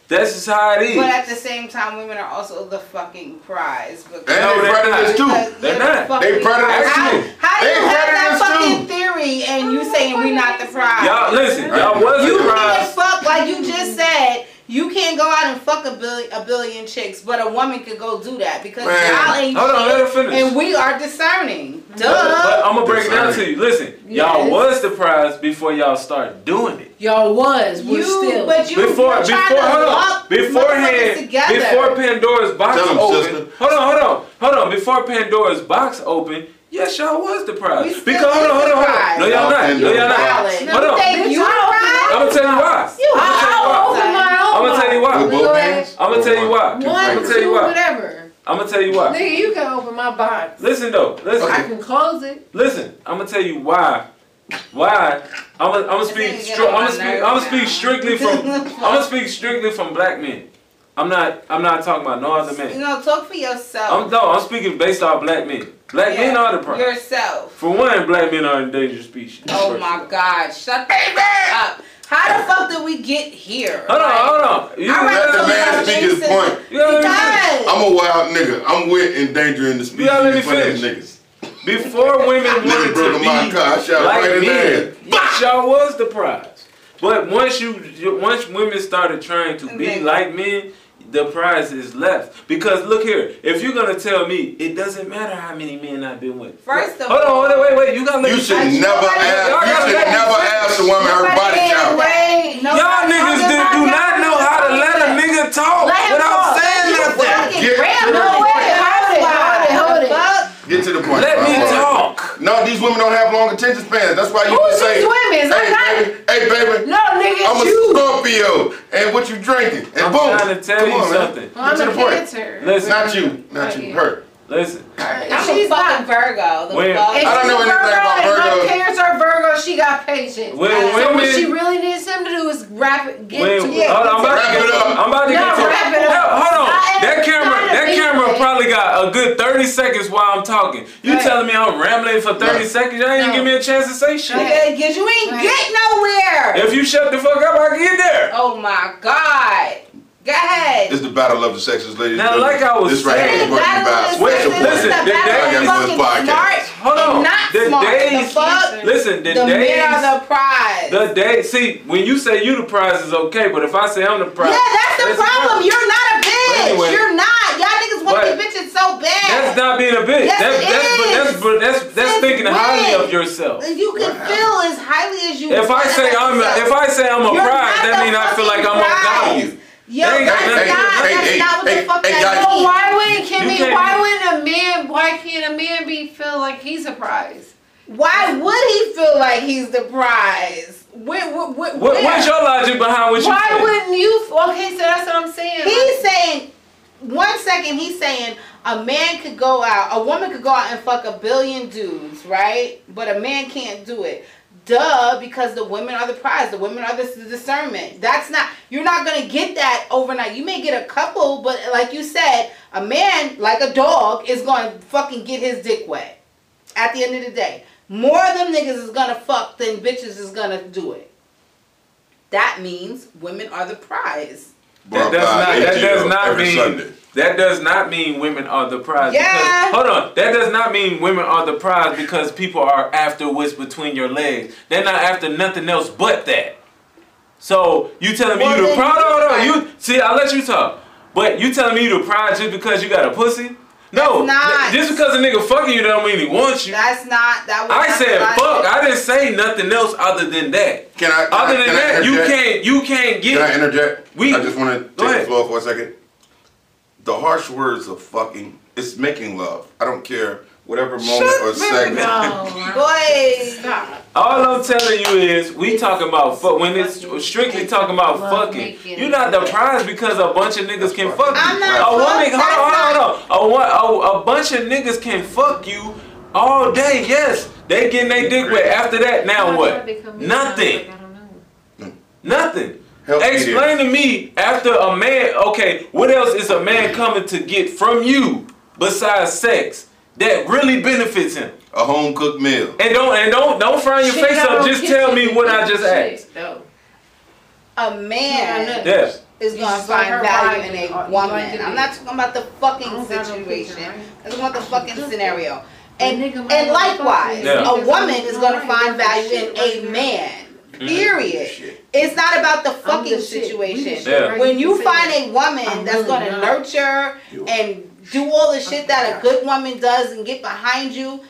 Speaker 3: That's just how it is.
Speaker 1: But at the same time, women are also the fucking prize. because-
Speaker 2: And
Speaker 3: No,
Speaker 2: they
Speaker 3: they're
Speaker 2: predators
Speaker 3: not.
Speaker 2: too.
Speaker 1: because
Speaker 3: They're
Speaker 1: you're
Speaker 3: not.
Speaker 1: fucking
Speaker 2: They predators
Speaker 1: prize.
Speaker 2: too.
Speaker 1: How, how do
Speaker 2: They
Speaker 1: you have that
Speaker 2: predators
Speaker 1: fucking
Speaker 2: too.
Speaker 1: theory and you saying we not the prize?
Speaker 3: y'all listen, y'all was
Speaker 1: You
Speaker 3: a
Speaker 1: can't
Speaker 3: prize.
Speaker 1: fuck like you just said. You can't go out and fuck a billion a billion chicks, but a woman could go do that because
Speaker 2: Man.
Speaker 1: y'all ain't
Speaker 3: Hold on, let her
Speaker 1: shit,
Speaker 3: finish.
Speaker 1: and we are discerning. Duh.
Speaker 3: But uh, I'm gonna break it down
Speaker 2: Sorry.
Speaker 3: to you. Listen, y'all
Speaker 4: Yes.
Speaker 3: was the prize before y'all started doing it.
Speaker 4: Y'all was,
Speaker 1: you,
Speaker 4: we're still.
Speaker 1: but you
Speaker 3: before,
Speaker 1: you're
Speaker 3: before,
Speaker 1: trying to
Speaker 3: hold on,
Speaker 1: lump motherfuckers
Speaker 3: beforehand,
Speaker 1: together.
Speaker 3: before Pandora's box
Speaker 2: Tell 'em,
Speaker 3: open.
Speaker 2: sister.
Speaker 3: Hold on, hold on, hold on. Before Pandora's box open, yes, y'all was the prize.
Speaker 1: We still
Speaker 3: Because hold on,
Speaker 1: is
Speaker 3: hold
Speaker 1: the
Speaker 3: on, hold
Speaker 1: prize.
Speaker 3: on. No, y'all not. No, y'all not.
Speaker 1: Valid.
Speaker 3: Hold on.
Speaker 1: Take you
Speaker 4: Bitch, I
Speaker 1: right?
Speaker 3: I'm gonna tell you why.
Speaker 1: You
Speaker 4: I
Speaker 1: out.
Speaker 4: opened my own.
Speaker 3: I'm gonna tell you
Speaker 4: box.
Speaker 2: with
Speaker 3: why.
Speaker 2: both
Speaker 4: Go ahead.
Speaker 2: hands.
Speaker 3: I'ma tell you why.
Speaker 2: Two
Speaker 4: One,
Speaker 3: I'ma
Speaker 2: fingers.
Speaker 3: tell you
Speaker 4: two,
Speaker 3: what.
Speaker 4: whatever.
Speaker 3: I'm gonna tell you why.
Speaker 4: Nigga, you can open my box.
Speaker 3: Listen though,
Speaker 4: I
Speaker 3: listen,
Speaker 4: can close it.
Speaker 3: listen. I'm gonna tell you why. Why? I'm gonna I'm
Speaker 1: This
Speaker 3: speak.
Speaker 1: nigga
Speaker 3: Stri-
Speaker 1: getting on
Speaker 3: I'm
Speaker 1: my
Speaker 3: gonna speak.
Speaker 1: nerves
Speaker 3: I'm gonna
Speaker 1: now.
Speaker 3: speak strictly from. I'm gonna speak strictly from black men. I'm not. I'm not talking about no other man.
Speaker 1: You know, talk for yourself.
Speaker 3: I'm no, I'm speaking based off black men. Black men are the problem.
Speaker 1: Yourself.
Speaker 3: For one, black men are endangered species.
Speaker 1: Oh my God! Shut the fuck up. How the fuck did we get here?
Speaker 3: Hold on,
Speaker 1: Like,
Speaker 3: hold on. You
Speaker 1: I
Speaker 3: let
Speaker 1: read
Speaker 2: the
Speaker 1: some
Speaker 3: me-
Speaker 2: man
Speaker 1: other
Speaker 2: speak
Speaker 1: things
Speaker 2: his
Speaker 1: in-
Speaker 2: point.
Speaker 3: You gotta let me finish.
Speaker 1: Because
Speaker 2: I'm a wild nigga. I'm with endangering the species
Speaker 3: gotta let me
Speaker 2: in front of
Speaker 3: finish.
Speaker 2: niggas.
Speaker 3: Before women
Speaker 2: Nigga
Speaker 3: wanted
Speaker 2: broke
Speaker 3: to
Speaker 2: my
Speaker 3: be
Speaker 2: car. I shot
Speaker 3: black
Speaker 2: right in the
Speaker 3: men,
Speaker 2: head.
Speaker 3: y'all was the prize. But once you, you- once women started trying to be
Speaker 1: Exactly.
Speaker 3: like men, the prize is left. Because look here, if you're gonna tell me it doesn't matter how many men I've been with.
Speaker 1: First of
Speaker 3: hold on, hold on, wait, wait, you gotta let
Speaker 2: You
Speaker 3: me
Speaker 2: should
Speaker 1: I-
Speaker 3: finish.
Speaker 2: never
Speaker 1: nobody-
Speaker 2: ask. You
Speaker 3: y'all
Speaker 2: should
Speaker 3: gotta let-
Speaker 2: never ask a woman her body count.
Speaker 3: Y'all niggas do, do not know how to let a nigga talk
Speaker 4: Let him
Speaker 3: without
Speaker 4: talk.
Speaker 3: saying nothing.
Speaker 2: Get,
Speaker 4: Ram, no
Speaker 2: get,
Speaker 4: way. Hold it, hold it, hold it.
Speaker 2: get to the point.
Speaker 3: Let me
Speaker 2: All right.
Speaker 3: talk.
Speaker 2: No, these women don't have long attention spans. That's why you can
Speaker 4: Who's
Speaker 2: say,
Speaker 4: these women? I'm
Speaker 2: "Hey,
Speaker 4: not-
Speaker 2: baby, hey, baby,
Speaker 4: No, nigga,
Speaker 2: I'm a
Speaker 4: you.
Speaker 2: Scorpio, and what you drinking?" And
Speaker 3: I'm
Speaker 2: boom,
Speaker 3: trying to tell
Speaker 2: come
Speaker 3: you
Speaker 2: on,
Speaker 3: something.
Speaker 2: man. Get to the point.
Speaker 3: Listen.
Speaker 2: Not you, not you. Her.
Speaker 3: Listen,
Speaker 1: I'm
Speaker 4: She's
Speaker 1: a
Speaker 4: not.
Speaker 1: fucking Virgo. The
Speaker 3: Wait.
Speaker 1: fuck?
Speaker 4: If
Speaker 2: I don't
Speaker 4: she's
Speaker 2: know
Speaker 4: a
Speaker 2: anything
Speaker 4: Virgo
Speaker 2: about
Speaker 4: and
Speaker 2: Virgo.
Speaker 4: her parents are Virgo. She got patience.
Speaker 3: when
Speaker 4: so what
Speaker 3: women,
Speaker 4: she really needs him to do is wrap it, get
Speaker 3: when,
Speaker 4: to
Speaker 3: hold on, I'm about
Speaker 2: Wrap
Speaker 3: to get
Speaker 2: it up.
Speaker 3: I'm about to
Speaker 4: No,
Speaker 3: get to
Speaker 4: wrap it up.
Speaker 3: No, Hold on,
Speaker 4: I am
Speaker 3: that camera,
Speaker 4: trying to
Speaker 3: that
Speaker 4: be
Speaker 3: camera
Speaker 4: quick.
Speaker 3: probably got a good 30 seconds while I'm talking. You
Speaker 4: Right.
Speaker 3: telling me I'm rambling for 30
Speaker 2: No.
Speaker 3: seconds? Y'all ain't
Speaker 4: No.
Speaker 3: give me a chance to say shit.
Speaker 1: Nigga, cause you ain't
Speaker 4: Right.
Speaker 1: get nowhere.
Speaker 3: If you shut the fuck up, I can get there.
Speaker 1: Oh my god. Go ahead.
Speaker 2: It's the battle of the sexes, ladies.
Speaker 3: Now,
Speaker 2: and
Speaker 3: like
Speaker 2: gentlemen.
Speaker 3: I was
Speaker 2: this right here is
Speaker 3: saying-
Speaker 2: what you buy.
Speaker 1: Battle of the sexes.
Speaker 2: Special
Speaker 1: This
Speaker 3: listen,
Speaker 1: is
Speaker 2: porn.
Speaker 1: the
Speaker 3: the
Speaker 1: battle
Speaker 2: day-
Speaker 1: of fucking
Speaker 2: Podcast.
Speaker 1: smart
Speaker 3: Hold
Speaker 1: and
Speaker 3: on.
Speaker 1: not
Speaker 3: The
Speaker 1: smart.
Speaker 3: days-
Speaker 1: the fuck?
Speaker 3: Listen, the,
Speaker 1: The men
Speaker 3: days,
Speaker 1: are the prize.
Speaker 3: the day. See, when you say you the prize is okay, but if I say I'm the prize,
Speaker 1: yeah, that's the problem. You're not a bitch.
Speaker 3: anyway-
Speaker 1: You're not. Y'all niggas want
Speaker 3: But-
Speaker 1: these bitches so bad.
Speaker 3: That's not being a bitch.
Speaker 1: Yes,
Speaker 3: That-
Speaker 1: it
Speaker 3: that's,
Speaker 1: is.
Speaker 3: but that's but that's that's
Speaker 1: Since
Speaker 3: thinking
Speaker 1: when?
Speaker 3: highly of yourself.
Speaker 1: you can feel as highly as you.
Speaker 3: If I
Speaker 1: want
Speaker 3: say
Speaker 1: about
Speaker 3: I'm a,
Speaker 1: yourself.
Speaker 3: if I say I'm a
Speaker 1: You're
Speaker 3: prize,
Speaker 1: not
Speaker 3: that
Speaker 1: the
Speaker 3: means I feel like
Speaker 1: fucking
Speaker 3: I'm
Speaker 1: prize.
Speaker 3: on value.
Speaker 1: Yo,
Speaker 3: Hey,
Speaker 1: that's
Speaker 3: hey,
Speaker 1: not.
Speaker 2: hey,
Speaker 1: that's
Speaker 2: hey,
Speaker 1: not what
Speaker 2: hey,
Speaker 1: the fuck
Speaker 2: hey,
Speaker 1: that
Speaker 2: guys.
Speaker 1: is.
Speaker 4: So why wouldn't Kimmy?
Speaker 3: can't-
Speaker 4: Why wouldn't a man? Why can't a man be feel like he's a prize?
Speaker 1: Why would he feel like he's the prize? Where, where, where,
Speaker 3: What, What's your logic behind what you
Speaker 4: Why
Speaker 3: said?
Speaker 4: wouldn't you? Okay, so that's what I'm saying.
Speaker 1: He's saying, one second he's saying a man could go out, a woman could go out and fuck a billion dudes, right? But a man can't do it. Duh, because the women are the prize. The women are the the discernment. That's not, you're not going to get that overnight. You may get a couple, but like you said, a man, like a dog, is going to fucking get his dick wet at the end of the day. More of them niggas is gonna fuck than bitches is gonna do it. That means women are the prize.
Speaker 2: Bar
Speaker 3: That does
Speaker 2: five,
Speaker 3: not. That
Speaker 2: ATL,
Speaker 3: does not
Speaker 2: every
Speaker 3: mean.
Speaker 2: Sunday.
Speaker 3: That does not mean women are the prize. because-
Speaker 1: Yeah.
Speaker 3: hold on. That does not mean women are the prize because people are after what's between your legs. They're not after nothing else but that. So you telling me
Speaker 1: Well,
Speaker 3: you the
Speaker 1: then
Speaker 3: prize?
Speaker 1: you
Speaker 3: Hold on.
Speaker 1: right.
Speaker 3: You see, I let you talk, but you telling me you the prize just because you got a pussy? No.
Speaker 1: That's not.
Speaker 3: Just because a nigga fucking you don't mean he wants you.
Speaker 1: That's not that. Was
Speaker 3: I
Speaker 1: not
Speaker 3: said
Speaker 1: the logic.
Speaker 3: fuck. I didn't say nothing else other than that.
Speaker 2: Can I? Can
Speaker 3: Other
Speaker 2: I,
Speaker 3: than
Speaker 2: can I
Speaker 3: that, you
Speaker 2: interject?
Speaker 3: can't. You can't
Speaker 2: Can I
Speaker 3: get.
Speaker 2: interject?
Speaker 3: We-
Speaker 2: I just want to
Speaker 3: Go
Speaker 2: take
Speaker 3: ahead.
Speaker 2: the floor for a second. The harsh words of fucking, it's making love. I don't care whatever moment or segment.
Speaker 4: No.
Speaker 1: Boy,
Speaker 3: All I'm telling you is, we talking about fuck. When it's strictly talking about
Speaker 4: Love
Speaker 3: fucking,
Speaker 4: making.
Speaker 3: you're not the prize because a bunch of niggas can fuck you.
Speaker 1: I'm not
Speaker 3: A woman,
Speaker 1: fucked,
Speaker 3: hold on,
Speaker 1: that's
Speaker 3: hold on, hold on. A, wo- a, a bunch of niggas can fuck you all day. Yes, they getting they dick wet. After that, now what? Nothing. Nothing.
Speaker 2: Help me
Speaker 3: Explain to me after a man. Okay, what else is a man coming to get from you besides sex that really benefits him?
Speaker 2: there. A home cooked meal.
Speaker 3: And don't and don't don't frown your face up. Just tell me what I just asked.
Speaker 1: a
Speaker 4: Yeah, I
Speaker 1: man
Speaker 4: know.
Speaker 3: Yes.
Speaker 1: is
Speaker 4: You
Speaker 1: gonna
Speaker 4: just like
Speaker 1: find
Speaker 4: her
Speaker 1: value
Speaker 4: body.
Speaker 1: in
Speaker 4: You like
Speaker 1: a
Speaker 4: it.
Speaker 1: woman. I'm not talking about the fucking
Speaker 4: don't got no picture,
Speaker 1: situation.
Speaker 4: right?
Speaker 1: I'm talking about the
Speaker 4: I
Speaker 1: fucking
Speaker 4: should-
Speaker 1: scenario.
Speaker 4: The
Speaker 1: And
Speaker 4: nigga might
Speaker 1: and
Speaker 4: wanna fuck
Speaker 1: likewise,
Speaker 4: you.
Speaker 3: Yeah.
Speaker 1: a woman is gonna find value in
Speaker 4: Right
Speaker 1: a
Speaker 4: now.
Speaker 1: man. Period.
Speaker 2: Shit.
Speaker 1: It's not about the
Speaker 4: I'm
Speaker 1: fucking
Speaker 4: the shit. We the
Speaker 1: situation.
Speaker 4: shit
Speaker 3: Yeah.
Speaker 4: right
Speaker 1: When you
Speaker 4: here.
Speaker 1: find a woman
Speaker 4: I'm
Speaker 1: that's
Speaker 4: really
Speaker 1: gonna
Speaker 4: not.
Speaker 1: nurture and do all the shit that a good woman does and get behind you,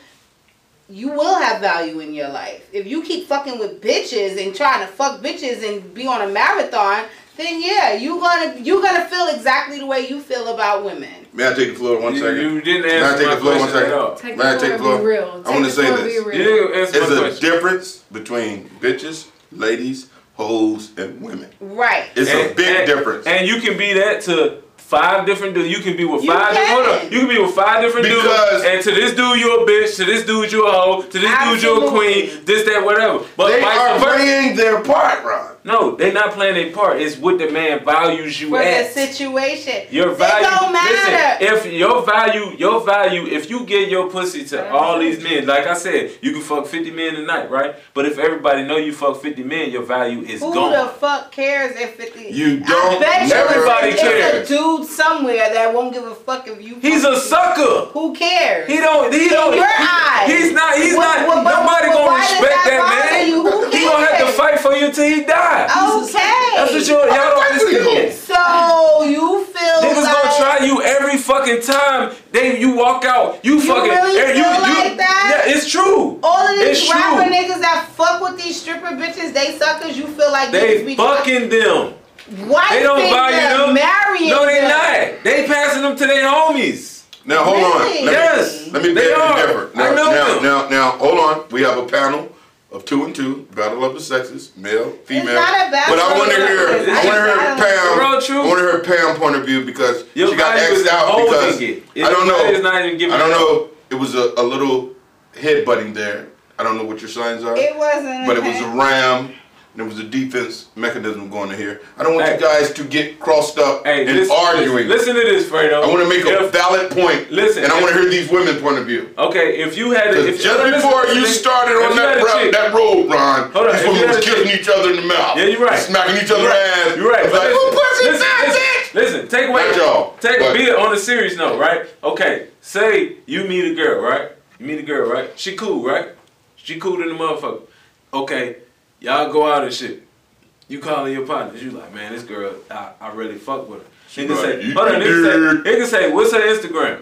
Speaker 1: you will have value in your life. If you keep fucking with bitches and trying to fuck bitches and be on a marathon, then yeah, you gonna you gonna feel exactly the way you feel about women.
Speaker 2: May I take the floor one
Speaker 3: You,
Speaker 2: second?
Speaker 3: you didn't
Speaker 2: Can I
Speaker 3: answer
Speaker 2: take
Speaker 3: my
Speaker 2: the floor one
Speaker 3: question at
Speaker 2: second?
Speaker 3: all.
Speaker 4: Take
Speaker 2: Man,
Speaker 4: the
Speaker 2: take
Speaker 4: floor,
Speaker 2: the floor.
Speaker 4: be real.
Speaker 2: I wanna
Speaker 4: Take the
Speaker 2: say
Speaker 4: floor,
Speaker 2: this.
Speaker 4: Be
Speaker 3: You
Speaker 4: real.
Speaker 3: didn't answer
Speaker 2: There's
Speaker 3: my
Speaker 2: a
Speaker 3: question.
Speaker 2: difference between bitches, ladies, hoes, and women.
Speaker 1: Right.
Speaker 2: It's a
Speaker 3: And-
Speaker 2: big
Speaker 3: and-
Speaker 2: difference.
Speaker 3: And you can be that to five different dudes. You can be with
Speaker 1: You
Speaker 3: five. Different, hold
Speaker 1: can.
Speaker 3: on. You can be with five different
Speaker 2: Because-
Speaker 3: dudes. And to this dude you a bitch. To this dude you a hoe. To this dude you a
Speaker 1: Absolutely.
Speaker 3: queen. This that whatever. But
Speaker 2: they
Speaker 3: vice
Speaker 2: are
Speaker 3: versa.
Speaker 2: playing their part, Ron.
Speaker 3: No, they not playing their part. It's what the man values you
Speaker 1: For the
Speaker 3: at.
Speaker 1: situation.
Speaker 3: Your
Speaker 1: it
Speaker 3: value.
Speaker 1: don't matter.
Speaker 3: Listen, if your value, your value, if you give your pussy to all these men, like I said, you can fuck fifty men a night, right? But if everybody know you fuck fifty men, your value is
Speaker 1: Who
Speaker 3: gone.
Speaker 1: the fuck cares if it
Speaker 2: You
Speaker 1: I
Speaker 2: don't
Speaker 1: bet you
Speaker 2: Everybody
Speaker 1: it's
Speaker 3: cares.
Speaker 1: a dude somewhere that won't give a fuck if you
Speaker 3: He's a sucker.
Speaker 1: Who cares?
Speaker 3: He don't. He don't.
Speaker 1: your
Speaker 3: he-
Speaker 1: eyes.
Speaker 3: He's not. He's
Speaker 1: Well,
Speaker 3: not.
Speaker 1: well, but-
Speaker 3: nobody
Speaker 1: but
Speaker 3: gonna
Speaker 1: why does
Speaker 3: respect
Speaker 1: that
Speaker 3: that,
Speaker 1: bother
Speaker 3: man.
Speaker 1: you? Who Oh,
Speaker 3: He gonna have to gonna fight for you till he die.
Speaker 1: Okay.
Speaker 3: That's what you
Speaker 1: oh,
Speaker 3: y'all don't understand.
Speaker 1: So you feel
Speaker 3: Niggas
Speaker 1: like
Speaker 3: gonna try you every fucking time. They you walk out. You fucking
Speaker 1: really
Speaker 3: eh,
Speaker 1: feel like that?
Speaker 3: Yeah, it's true.
Speaker 1: all of these
Speaker 3: It's
Speaker 1: rapper
Speaker 3: true.
Speaker 1: niggas that fuck with these stripper bitches, they suckers. You feel like niggas
Speaker 3: They
Speaker 1: be
Speaker 3: fucking them.
Speaker 1: white
Speaker 3: They don't
Speaker 1: people
Speaker 3: value them.
Speaker 1: marrying
Speaker 3: No, they
Speaker 1: them.
Speaker 3: not. They passing them to their homies.
Speaker 2: Now hold
Speaker 1: Really?
Speaker 2: on. Let
Speaker 3: Yes.
Speaker 2: Me, let me
Speaker 3: They
Speaker 2: beg
Speaker 3: are.
Speaker 2: you different. Now,
Speaker 3: I know
Speaker 2: now,
Speaker 3: them.
Speaker 2: now, now, hold on. We have a panel of two and two, battle of the sexes, male, female.
Speaker 1: not a battle
Speaker 2: But I want to
Speaker 1: of the
Speaker 2: hear,
Speaker 1: sexes.
Speaker 2: I want to hear
Speaker 1: It's not a-
Speaker 2: Pam.
Speaker 3: Real truth.
Speaker 2: I want to hear Pam's point of view because
Speaker 3: Your
Speaker 2: she got
Speaker 3: body was
Speaker 2: axed out
Speaker 3: holding
Speaker 2: because
Speaker 3: it.
Speaker 2: I don't know.
Speaker 3: It's not even giving
Speaker 2: I don't
Speaker 3: it up.
Speaker 2: know. It was a, a little headbutting there. I don't know what your signs are.
Speaker 1: It wasn't.
Speaker 2: but it was
Speaker 1: okay.
Speaker 2: a ram. and It was a defense mechanism going to here. I don't want
Speaker 3: Hey.
Speaker 2: you guys to get crossed up
Speaker 3: Hey,
Speaker 2: and
Speaker 3: listen,
Speaker 2: arguing.
Speaker 3: Listen, listen to this, Fredo.
Speaker 2: I want to make a
Speaker 3: If-
Speaker 2: valid point.
Speaker 3: Listen,
Speaker 2: and I
Speaker 3: if-
Speaker 2: want to hear these women's point of view.
Speaker 3: Okay, if you had a,
Speaker 2: 'Cause
Speaker 3: if
Speaker 2: just
Speaker 3: listen,
Speaker 2: before you
Speaker 3: listen,
Speaker 2: started
Speaker 3: if
Speaker 2: on
Speaker 3: you had
Speaker 2: that
Speaker 3: a
Speaker 2: road,
Speaker 3: chick-
Speaker 2: that road, Ron,
Speaker 3: Hold on,
Speaker 2: these
Speaker 3: if you
Speaker 2: women was
Speaker 3: had a
Speaker 2: killing
Speaker 3: chick-
Speaker 2: each other in the mouth.
Speaker 3: Yeah, you're right.
Speaker 2: Smacking each other's ass.
Speaker 3: You're right.
Speaker 2: It's
Speaker 3: but
Speaker 2: like,
Speaker 3: listen,
Speaker 2: who pussy
Speaker 3: listen,
Speaker 2: fat
Speaker 3: listen,
Speaker 2: bitch?
Speaker 3: listen, take away.
Speaker 2: Not y'all,
Speaker 3: Take
Speaker 2: but-
Speaker 3: be it on a serious note, right? Okay. Say you meet a girl, right? You meet a girl, right? She cool, right? She cool than the motherfucker. Okay, y'all go out and shit. You calling your partners. You like, man, this girl, I, I really fuck with her. Nigga
Speaker 2: right.
Speaker 3: say,
Speaker 2: You
Speaker 3: hold on, nigga
Speaker 2: weird.
Speaker 3: say, nigga say, what's her Instagram?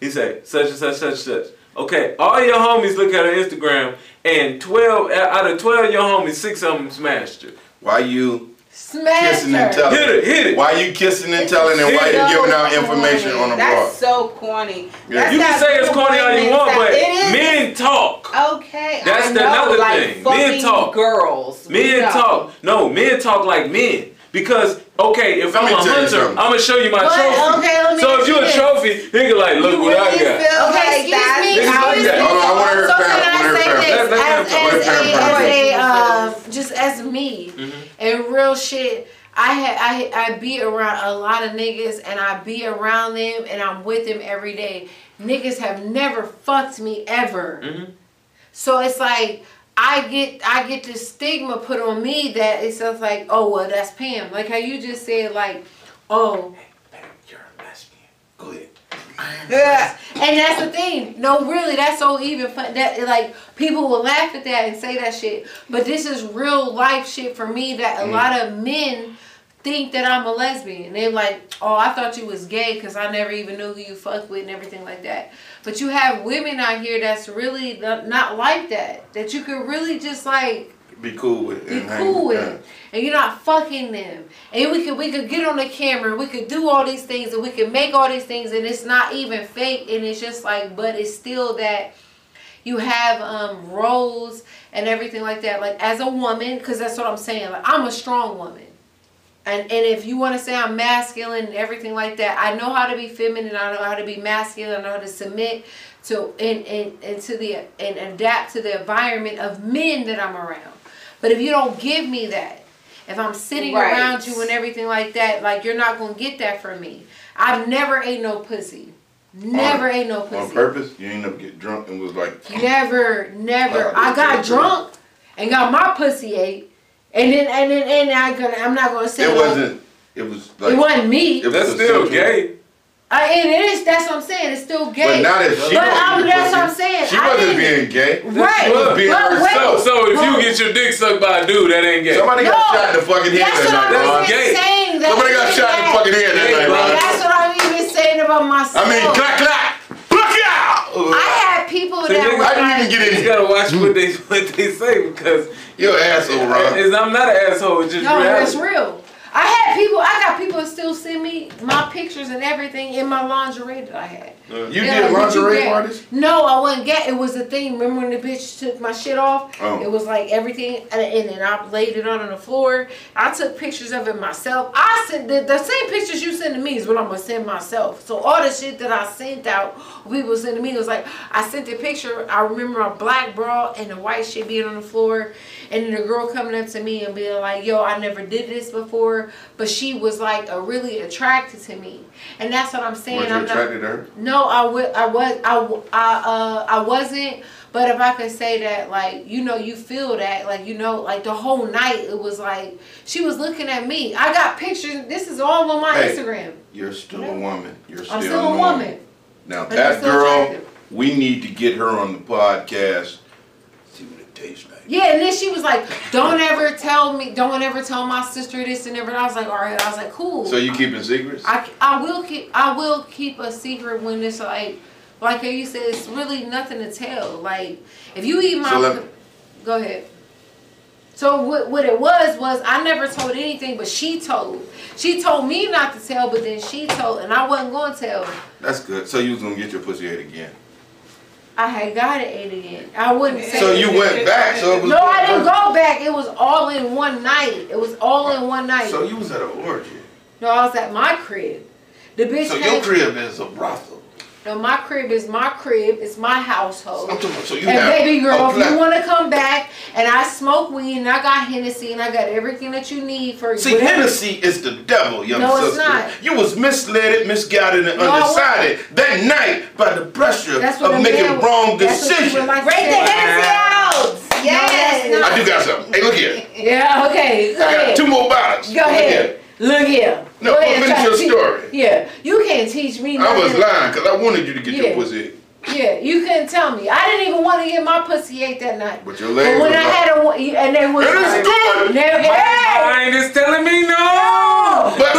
Speaker 3: He say such and such, such and such. Okay, all your homies look at her Instagram, and twelve out of twelve of your homies, six of them smashed her.
Speaker 2: Why you
Speaker 4: Smash
Speaker 2: kissing and
Speaker 4: her.
Speaker 2: telling?
Speaker 3: Hit it, hit it.
Speaker 2: Why you kissing and telling and why
Speaker 3: Hit
Speaker 2: you
Speaker 3: it.
Speaker 2: giving out information on the
Speaker 1: That's
Speaker 2: broad?
Speaker 1: so corny.
Speaker 2: Yeah.
Speaker 1: That's
Speaker 3: You can
Speaker 1: not
Speaker 3: say it's corny all you
Speaker 1: women.
Speaker 3: want, but
Speaker 1: It is.
Speaker 3: men talk.
Speaker 1: Okay,
Speaker 3: That's
Speaker 1: I
Speaker 3: the
Speaker 1: know,
Speaker 3: another
Speaker 1: like
Speaker 3: thing. Men
Speaker 1: fucking
Speaker 3: talk.
Speaker 1: Girls. Oh, we
Speaker 3: Men
Speaker 1: know.
Speaker 3: talk. No, men talk like men. Because okay, if
Speaker 2: Let
Speaker 3: I'm
Speaker 2: me
Speaker 3: a
Speaker 2: tell you
Speaker 3: hunter, I'm
Speaker 2: something.
Speaker 3: gonna show you my
Speaker 4: But,
Speaker 3: trophy.
Speaker 4: okay, let me
Speaker 3: so
Speaker 4: ask
Speaker 3: if
Speaker 4: you
Speaker 3: you a
Speaker 4: this.
Speaker 3: trophy, nigga, like look what I
Speaker 1: really
Speaker 3: got.
Speaker 1: feel
Speaker 4: Okay,
Speaker 1: like
Speaker 4: excuse
Speaker 1: that's
Speaker 4: me,
Speaker 1: the
Speaker 4: excuse
Speaker 1: outlet.
Speaker 4: me.
Speaker 2: Hold on, I wanna hear
Speaker 4: So
Speaker 2: Pam, I
Speaker 4: can
Speaker 2: wanna
Speaker 4: I
Speaker 2: hear
Speaker 4: say
Speaker 2: Pam.
Speaker 4: this?
Speaker 3: Let- let Pam
Speaker 4: As,
Speaker 2: talk.
Speaker 4: as,
Speaker 2: Let Pam
Speaker 4: a,
Speaker 1: talk.
Speaker 4: as a, um, just as me, and real shit, I had, I, I be around a lot of niggas, and I be around them, and I'm with them every day. Niggas have never fucked me ever.
Speaker 3: Mm-hmm.
Speaker 4: So it's like I get I get this stigma put on me that it's just like, oh well that's Pam. Like how you just said like, oh
Speaker 3: You're a lesbian. Go ahead.
Speaker 1: Yeah.
Speaker 4: and that's the thing. No, really, that's so even fun. That like people will laugh at that and say that shit. But this is real life shit for me that a lot of men think that I'm a lesbian. They're like, oh, I thought you was gay because I never even knew who you fucked with and everything like that. But you have women out here that's really not not like that. That you could really just like
Speaker 2: Be cool with it.
Speaker 4: be
Speaker 2: and hang
Speaker 4: cool with
Speaker 2: that.
Speaker 4: it. And you're not fucking them. And we could we could get on the camera, we could do all these things, and we could make all these things, and it's not even fake. And it's just like, but it's still that you have um roles and everything like that. Like as a woman, because that's what I'm saying. Like I'm a strong woman. And, and if you want to say I'm masculine and everything like that, I know how to be feminine. I know how to be masculine. I know how to submit to and, and, and to the and adapt to the environment of men that I'm around. But if you don't give me that, if I'm sitting
Speaker 1: Right.
Speaker 4: around you and everything like that, like you're not gonna get that from me. I've never ate no pussy. Never
Speaker 2: On-
Speaker 4: ate no pussy.
Speaker 2: On purpose, you end up getting drunk and was like,
Speaker 4: Never, never.
Speaker 2: Like,
Speaker 4: I got
Speaker 2: it's-
Speaker 4: drunk and got my pussy ate, and then and then and I gonna I'm not gonna say
Speaker 2: it
Speaker 4: well,
Speaker 2: wasn't. It was like.
Speaker 4: it wasn't me.
Speaker 2: It was
Speaker 3: That's
Speaker 2: a
Speaker 3: still
Speaker 2: sexual-
Speaker 3: gay.
Speaker 4: I, and it is. That's what I'm saying. It's still
Speaker 2: But
Speaker 4: gay.
Speaker 2: not if she.
Speaker 4: But
Speaker 2: was
Speaker 4: I'm-
Speaker 2: eating
Speaker 4: that's what
Speaker 2: pussy.
Speaker 4: I'm saying.
Speaker 2: She
Speaker 4: I
Speaker 2: wasn't being
Speaker 4: didn't-
Speaker 2: gay.
Speaker 4: right.
Speaker 2: She was being
Speaker 4: but wait,
Speaker 2: herself.
Speaker 3: So if
Speaker 4: hold
Speaker 3: you
Speaker 4: on.
Speaker 3: get your dick sucked by a dude, that ain't gay.
Speaker 2: Somebody
Speaker 4: No.
Speaker 2: got shot in the fucking head
Speaker 4: that's what
Speaker 2: that night,
Speaker 4: I'm
Speaker 2: Ron.
Speaker 3: Ron.
Speaker 4: even
Speaker 3: Gay.
Speaker 4: saying. That
Speaker 2: Somebody got shot in the fucking head
Speaker 3: Hey,
Speaker 2: that night, Ron.
Speaker 4: That's what I'm even saying about myself.
Speaker 2: I mean, clack, clack, look out!
Speaker 4: I had people
Speaker 3: See,
Speaker 4: that
Speaker 3: nigga,
Speaker 4: were
Speaker 2: I didn't
Speaker 4: like,
Speaker 2: even get
Speaker 3: You
Speaker 2: in.
Speaker 3: gotta watch what they what they say because
Speaker 2: You're an asshole, Ron.
Speaker 3: it's- I'm not an asshole. It's just
Speaker 4: No, that's
Speaker 3: reality.
Speaker 4: real. I had people. I got people that still send me my pictures and everything in my lingerie that I had.
Speaker 2: You
Speaker 4: Yeah,
Speaker 2: did
Speaker 4: what you
Speaker 2: lingerie
Speaker 4: get?
Speaker 2: parties?
Speaker 4: No, I wasn't gay. It was the thing. Remember when the bitch took my shit off?
Speaker 2: Oh.
Speaker 4: It was like everything, and, and then I laid it on the floor. I took pictures of it myself. I sent the, the same pictures you send to me is what I'm gonna send myself. So all the shit that I sent out, people sent to me it was like I sent the picture. I remember my black bra and the white shit being on the floor, and then the girl coming up to me and being like, "Yo, I never did this before," but she was like a really attracted to me, and that's what I'm saying.
Speaker 2: Weren't you
Speaker 4: I'm not.
Speaker 2: attracted to her?
Speaker 4: No, I would. I was. I. w- I. Uh. I wasn't. But if I could say that, like you know, you feel that, like you know, like the whole night it was like she was looking at me. I got pictures. This is all on my
Speaker 2: Hey,
Speaker 4: Instagram.
Speaker 2: You're still a woman. You're still,
Speaker 4: I'm still a woman.
Speaker 2: Now
Speaker 4: But
Speaker 2: that
Speaker 4: I'm still
Speaker 2: girl,
Speaker 4: attractive.
Speaker 2: we need to get her on the podcast. See what it
Speaker 5: taste like.
Speaker 4: Yeah, and then she was like, "Don't ever tell me. Don't ever tell my sister this and ever." And I was like, "All right." I was like, "Cool."
Speaker 5: So you keeping secrets?
Speaker 4: I, I will keep I will keep a secret when it's like like you said it's really nothing to tell like if you eat my
Speaker 2: So let-
Speaker 4: go ahead so what, what it was was I never told anything but she told she told me not to tell but then she told and I wasn't gonna tell
Speaker 2: That's good. So you was gonna get your pussy ate again.
Speaker 4: I had got it ate again I wouldn't say
Speaker 2: So you went back. So it was
Speaker 4: no I didn't go back it was all in one night it was all in one night
Speaker 5: So you was at an orgy.
Speaker 4: no I was at my crib the bitch
Speaker 5: So
Speaker 4: came-
Speaker 5: your crib is a brothel.
Speaker 4: no my crib is my crib it's my household
Speaker 5: I'm talking about, so you
Speaker 4: And
Speaker 5: have
Speaker 4: baby girl,
Speaker 5: a
Speaker 4: if you
Speaker 5: plat-
Speaker 4: want to come back, and I smoke weed, and I got Hennessy, and I got everything that you need for.
Speaker 5: See, Hennessy is the devil, young
Speaker 4: No, it's
Speaker 5: sister.
Speaker 4: not.
Speaker 5: You was misled, misguided, and
Speaker 4: No, I wasn't.
Speaker 5: undecided that night by the pressure
Speaker 4: That's what a
Speaker 5: of
Speaker 4: man
Speaker 5: making
Speaker 4: would-
Speaker 5: wrong
Speaker 4: that's what you would
Speaker 5: decisions.
Speaker 4: like to
Speaker 1: Break the
Speaker 4: say.
Speaker 1: Hennessy out. Yes.
Speaker 4: No, that's
Speaker 5: I do got something. Hey, look here.
Speaker 4: Yeah. Okay.
Speaker 5: I
Speaker 4: Go
Speaker 5: got
Speaker 4: ahead.
Speaker 5: two more bottles.
Speaker 4: Go
Speaker 5: Look
Speaker 4: ahead.
Speaker 5: here.
Speaker 4: Look here.
Speaker 5: No,
Speaker 4: Go
Speaker 5: but
Speaker 4: ahead,
Speaker 5: finish
Speaker 4: try
Speaker 5: your
Speaker 4: to teach-
Speaker 5: story.
Speaker 4: Yeah, you can't teach me.
Speaker 5: I was
Speaker 4: nothing.
Speaker 5: lying because I wanted you to get
Speaker 4: Yeah.
Speaker 5: your pussy.
Speaker 4: Yeah, you couldn't tell me. I didn't even want to get my pussy ate that night.
Speaker 2: But your legs
Speaker 4: when
Speaker 2: was
Speaker 4: I
Speaker 2: up.
Speaker 4: had a, one- and they was.
Speaker 5: It is good,
Speaker 4: Never, hey!
Speaker 3: Mind is telling me no.
Speaker 5: but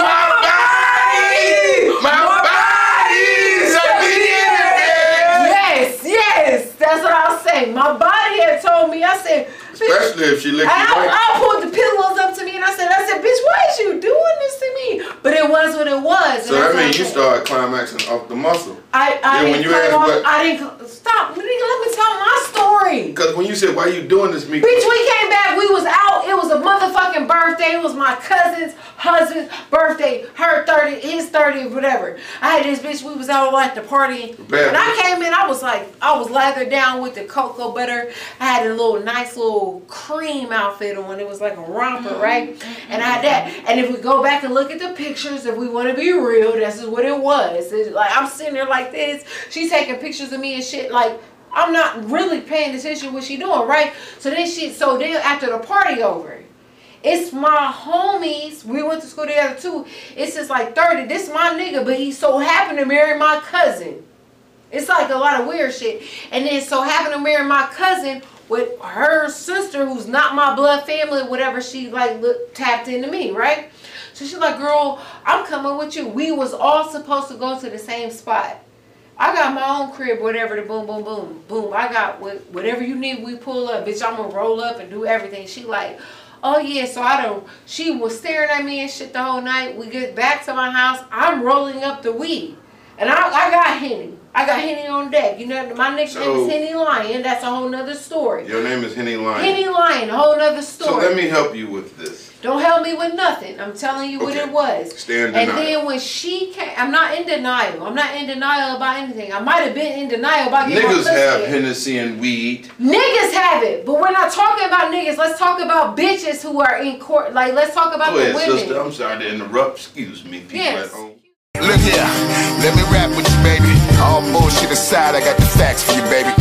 Speaker 5: my body, my body is obedient.
Speaker 4: Yes, yes, that's what I was saying. My body had told me. I said, bitch,
Speaker 2: Especially if she licked
Speaker 4: I,
Speaker 2: you right.
Speaker 4: I, I pulled the pillows up to me and I said, I said, bitch, why is you doing this to me? But it was what it was.
Speaker 2: So
Speaker 4: and
Speaker 2: that means
Speaker 4: that's what
Speaker 2: you
Speaker 4: I-
Speaker 2: started climaxing off the muscle.
Speaker 4: I, I
Speaker 2: Yeah,
Speaker 4: didn't
Speaker 2: when you
Speaker 4: come
Speaker 2: asked
Speaker 4: off-
Speaker 2: what-
Speaker 4: I didn't stop. Nigga, let me tell my story.
Speaker 2: Because when you said, "Why you doing this, me?"
Speaker 4: Bitch, we came back. We was out. It was a motherfucking birthday. It was my cousin's husband's birthday. Her 30, his 30, whatever. I had this bitch. We was out at the party.
Speaker 2: Bad
Speaker 4: When I
Speaker 2: bitch.
Speaker 4: came in, I was like, I was lathered down with the cocoa butter. I had a little nice little cream outfit on. It was like a romper, right? And I had that. And if we go back and look at the pictures, if we want to be real, this is what it was. It's like I'm sitting there like this. She's taking pictures of me and shit. Like I'm not really paying attention to what she doing, right? So then she, so then after the party over. It's my homies. We went to school together too. It's just like 30. This my nigga, but he so happened to marry my cousin. It's like a lot of weird shit. And then so happened to marry my cousin with her sister who's not my blood family, whatever she like look, tapped into me, right? So she's like, girl, I'm coming with you. We was all supposed to go to the same spot. I got my own crib, whatever. The boom, boom, boom, boom. I got what, whatever you need. We pull up, bitch. I'm gonna roll up and do everything. She like, oh yeah. So I don't. She was staring at me and shit the whole night. We get back to my house. I'm rolling up the weed, and I, I got henny. I got henny on deck. You know, my nickname
Speaker 2: So-
Speaker 4: is Henny Lion. That's a whole nother story.
Speaker 2: Your name is Henny Lion.
Speaker 4: Henny Lion, whole nother
Speaker 2: so
Speaker 4: story.
Speaker 2: let me help you with this.
Speaker 4: Don't help me with nothing. I'm telling you what
Speaker 2: Okay.
Speaker 4: it was.
Speaker 2: Stay in
Speaker 4: and
Speaker 2: denial.
Speaker 4: then when she came, I'm not in denial. I'm not in denial about anything. I might have been in denial about getting my
Speaker 5: Niggas
Speaker 4: pussy.
Speaker 5: have Hennessy and weed.
Speaker 4: Niggas have it, but we're not talking about niggas. Let's talk about bitches who are in court. Like let's talk about
Speaker 5: Go
Speaker 4: the
Speaker 5: ahead,
Speaker 4: women.
Speaker 5: sister. I'm sorry to interrupt. Excuse me, people
Speaker 4: Yes.
Speaker 5: at home.
Speaker 6: Look here, let me rap with you, baby. All bullshit aside, I got the facts for you, baby.